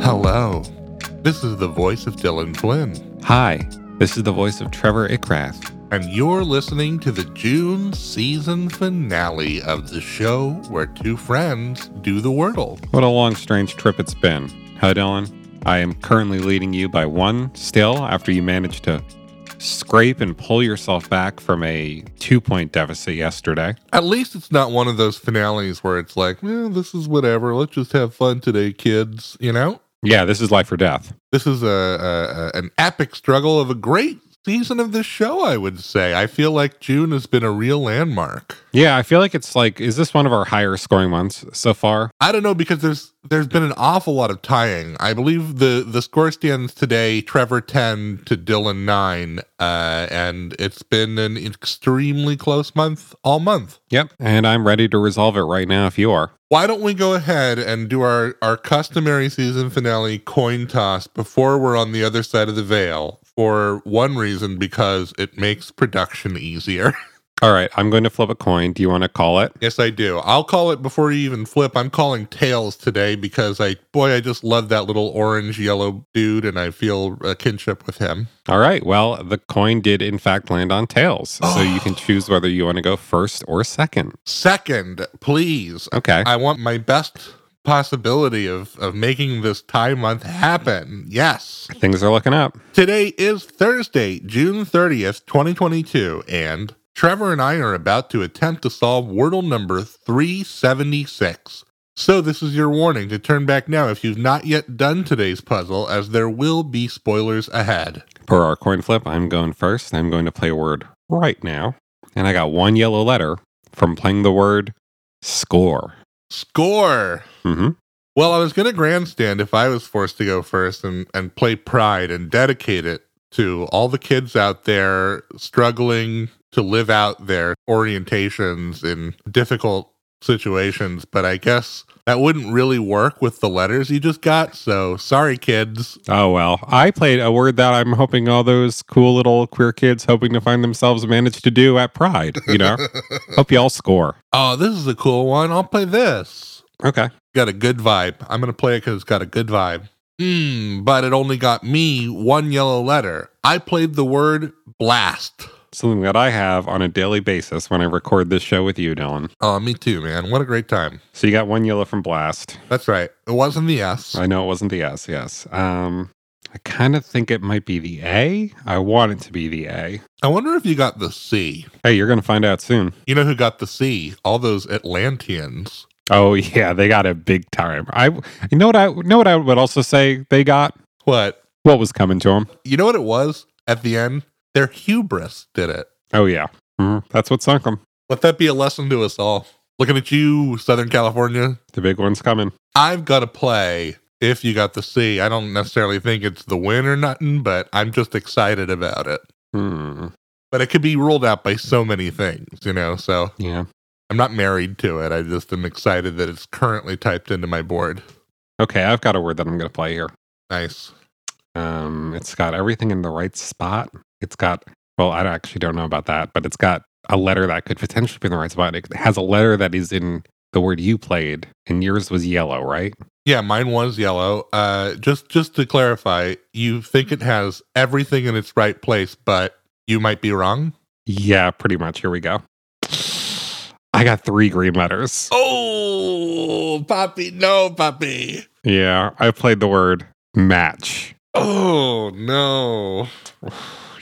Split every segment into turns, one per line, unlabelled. Hello. This is the voice of Dylan Flynn,
Hi, this is the voice of Trevor Ickrath.
and you're listening to the June season finale of the show where two friends do the Wordle.
What a long, strange trip it's been. Huh, Dylan? I am currently leading you by one still after you managed to scrape and pull yourself back from a two point deficit yesterday.
At least it's not one of those finales where it's like, eh, this is whatever. Let's just have fun today, kids. You know,
Yeah, this is life or death.
this is a, a, a an epic struggle of a great season of this show. I would say. I feel like June has been a real landmark.
Yeah, I feel like it's like, is this one of our higher scoring months so far?
I don't know because there's there's been an awful lot of tying. I believe the the score stands today: Trevor ten to Dylan nine, uh, and it's been an extremely close month all month.
Yep. And I'm ready to resolve it right now if you are.
Why don't we go ahead and do our our customary season finale coin toss before we're on the other side of the veil? For one reason, because it makes production easier.
All right, I'm going to flip a coin. Do you want to call it?
Yes, I do. I'll call it before you even flip. I'm calling tails today because I, boy, I just love that little orange yellow dude and I feel a kinship with him.
All right. Well, the coin did in fact land on tails. So you can choose whether you want to go first or second.
Second, please,
Okay.
I want my best possibility of, of making this tie month happen. Yes.
Things are looking up.
Today is Thursday, June 30th, 2022, and Trevor and I are about to attempt to solve Wordle number 376. So, this is your warning to turn back now if you've not yet done today's puzzle, as there will be spoilers ahead.
For our coin flip, I'm going first. I'm going to play a word right now. And I got one yellow letter from playing the word score.
Score!
hmm
Well, I was going to grandstand if I was forced to go first and, and play Pride and dedicate it to all the kids out there struggling to live out their orientations in difficult situations. But I guess that wouldn't really work with the letters you just got. So sorry, kids.
Oh, well. I played a word that I'm hoping all those cool little queer kids hoping to find themselves managed to do at Pride. You know, hope y'all score.
oh, this is a cool one. I'll play this.
Okay.
Got a good vibe. I'm going to play it because it's got a good vibe. Mm, but it only got me one yellow letter. I played the word blast.
Something that I have on a daily basis when I record this show with you, Dylan.
Oh, me too, man. What a great time.
So you got one yellow from Blast.
That's right. It wasn't the S.
I know it wasn't the S, yes. Um, I kind of think it might be the A. I want it to be the A.
I wonder if you got the C.
Hey, you're going to find out soon.
You know who got the C? All those Atlanteans.
Oh yeah, they got a big time. I you know what I you know what I would also say they got
What?
what was coming to them.
You know what it was at the end? Their hubris did it.
Oh yeah, Mhm. that's what sunk them.
Let that be a lesson to us all. Looking at you, Southern California.
The big one's coming.
I've got to play if you got the C. I don't necessarily think it's the win or nothing, but I'm just excited about it.
Hmm.
But it could be ruled out by so many things, you know? So
Yeah.
I'm not married to it. I just am excited that it's currently typed into my board.
Okay, I've got a word that I'm going to play here.
Nice.
Um, it's got everything in the right spot. It's got well, I actually don't know about that, but it's got a letter that could potentially be in the right spot. It has a letter that is in the word you played, and yours was yellow, right?
Yeah, mine was yellow. Uh, just just to clarify, you think it has everything in its right place, but you might be wrong.
Yeah, pretty much. Here we go. I got three green letters.
Oh, puppy, no, puppy.
Yeah, I played the word match.
Oh no,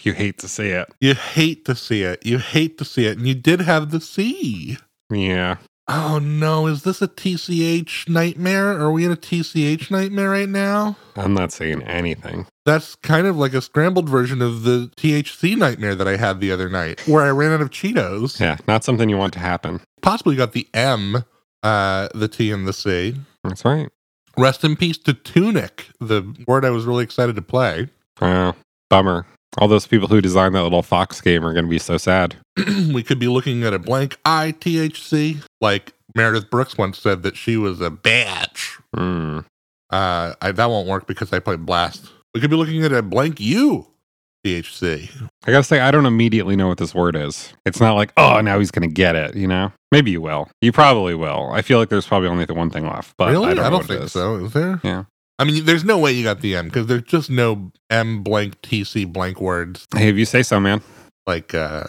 You hate to see it.
you hate to see it. You hate to see it, and you did have the C.
Yeah.
Oh no, is this a TCH nightmare? Are we in a TCH nightmare right now?
I'm not saying anything.
That's kind of like a scrambled version of the THC nightmare that I had the other night, where I ran out of Cheetos.
Yeah, not something you want to happen.
possibly got the M, uh, the T, and the C.
That's right.
Rest in peace to Tunic, the word I was really excited to play.
Wow. Bummer. All those people who designed that little Fox game are going to be so sad.
we could be looking at a blank ITHC, like Meredith Brooks once said that she was a batch.
Hmm.
Uh, I, that won't work because I played Blast. We could be looking at a blank U. THC.
I got to say, I don't immediately know what this word is. It's not like, oh, now he's going to get it, you know? Maybe you will. You probably will. I feel like there's probably only the one thing left, but
really?
I don't, know what it
think
is.
so. Is there?
Yeah.
I mean, there's no way you got the M because there's just no M blank TC blank words
Hey, if you say so, man.
like uh,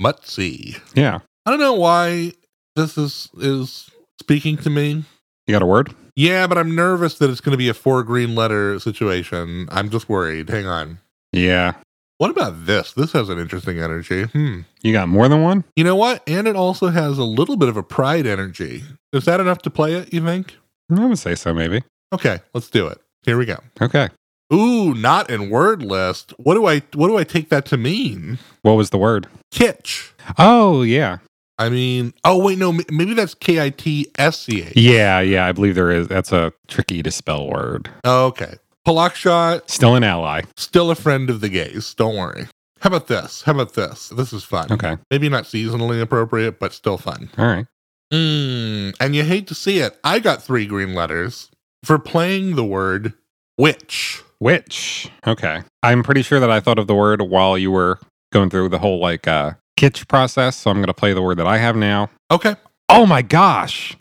Mutsy.
Yeah.
I don't know why this is is speaking to me.
You got a word?
Yeah, but I'm nervous that it's going to be a four green letter situation. I'm just worried. Hang on.
Yeah.
What about this? This has an interesting energy. Hmm.
You got more than one?
You know what? And it also has a little bit of a pride energy. Is that enough to play it, you think?
I would say so, maybe.
Okay, let's do it. Here we go.
Okay.
Ooh, not in word list. What do I what do I take that to mean?
What was the word?
Kitsch.
Oh, yeah.
I mean, oh wait, no, m- maybe that's K I T S C H.
Yeah, yeah. I believe there is. That's a tricky to spell word.
Okay. Palakshot,
Still an ally.
still a friend of the gays. Don't worry. How about this? How about this? This is fun.
Okay.
Maybe not seasonally appropriate, but still fun.
All right.
Mm, and you hate to see it. I got three green letters for playing the word witch.
Which? Okay. I'm pretty sure that I thought of the word while you were going through the whole like uh kitsch process, so I'm gonna play the word that I have now.
Okay.
Oh my gosh.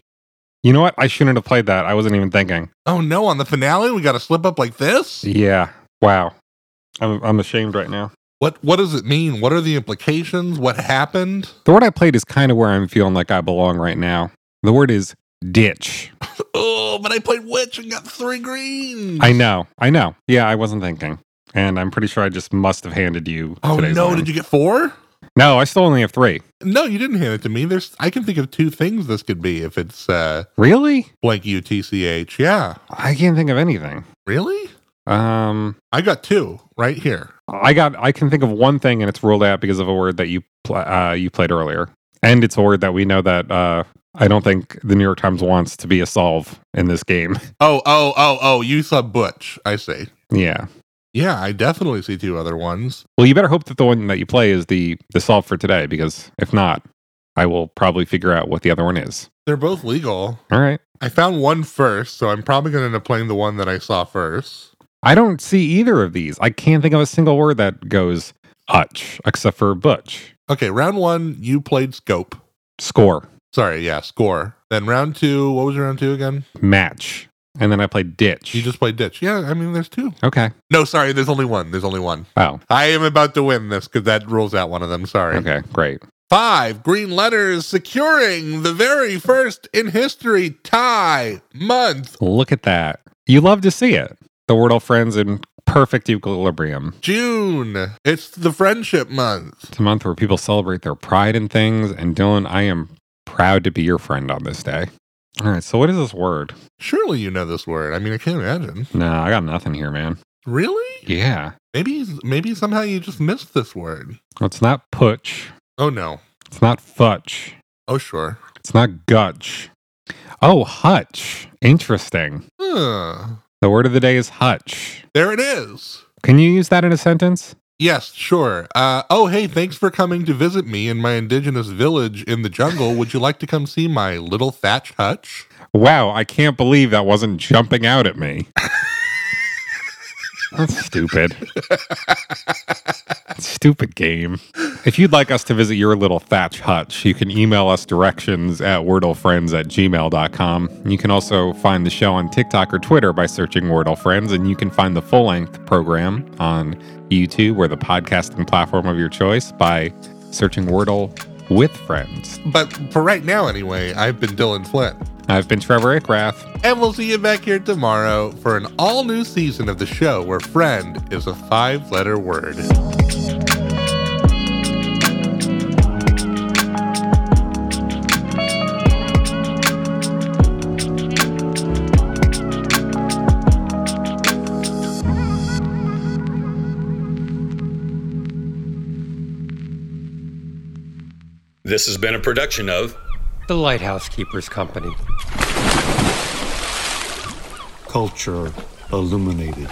You know what? I shouldn't have played that. I wasn't even thinking.
Oh no, on the finale we got to slip up like this?
Yeah. Wow. I'm I'm ashamed right now.
What what does it mean? What are the implications? What happened?
The word I played is kind of where I'm feeling like I belong right now. The word is ditch.
Oh, but I played witch and got three greens.
I know. I know. Yeah, I wasn't thinking. And I'm pretty sure I just must have handed you.
Oh no, did you get four?
No, I still only have three.
No, you didn't hand it to me. There's I can think of two things this could be if it's uh
Really?
blank UTCH. Yeah.
I can't think of anything.
Really?
Um,
I got two right here.
I got. I can think of one thing, and it's ruled out because of a word that you pl- uh, you played earlier, and it's a word that we know that uh, I don't think the New York Times wants to be a solve in this game.
Oh, oh, oh, oh, you saw Butch. I see.
yeah.
Yeah, I definitely see two other ones.
Well, you better hope that the one that you play is the the solve for today, because if not, I will probably figure out what the other one is.
They're both legal.
All right.
I found one first, so I'm probably going to end up playing the one that I saw first.
I don't see either of these. I can't think of a single word that goes utch except for butch.
Okay, round one, you played scope.
Score,
Sorry, yeah, score. Then round two, what was round two again?
match, and then I play ditch.
You just played ditch. Yeah, I mean, there's two.
okay.
No, sorry, there's only one. There's only one.
Oh,
I am about to win this because that rules out one of them. Sorry.
okay, great.
Five green letters securing the very first in history tie month,
Look at that. You love to see it. The Wordle friends in perfect equilibrium.
June. It's the friendship month.
It's a month where people celebrate their pride in things. And Dylan, I am proud to be your friend on this day. All right, so what is this word?
Surely you know this word. I mean, I can't imagine.
Nah, I got nothing here, man.
Really?
Yeah.
Maybe maybe somehow you just missed this word.
Well, it's not putch.
Oh no.
It's not futch.
Oh sure.
It's not gutch. Oh, hutch. Interesting.
Huh.
The word of the day is hutch.
There it is.
Can you use that in a sentence?
Yes, sure. Uh, oh, hey, thanks for coming to visit me in my indigenous village in the jungle. Would you like to come see my little thatch hutch?
Wow, I can't believe that wasn't jumping out at me. That's stupid. stupid game. If you'd like us to visit your little thatch hutch, you can email us directions at wordlefriends at gmail.com. You can also find the show on TikTok or Twitter by searching Wordle Friends, and you can find the full length program on YouTube or the podcasting platform of your choice by searching Wordle with Friends.
But for right now, anyway, I've been Dylan Flint.
I've been Trevor Ickrath.
And we'll see you back here tomorrow for an all new season of the show where friend is a five letter word.
This has been a production of
The Lighthouse Keepers Company.
culture illuminated.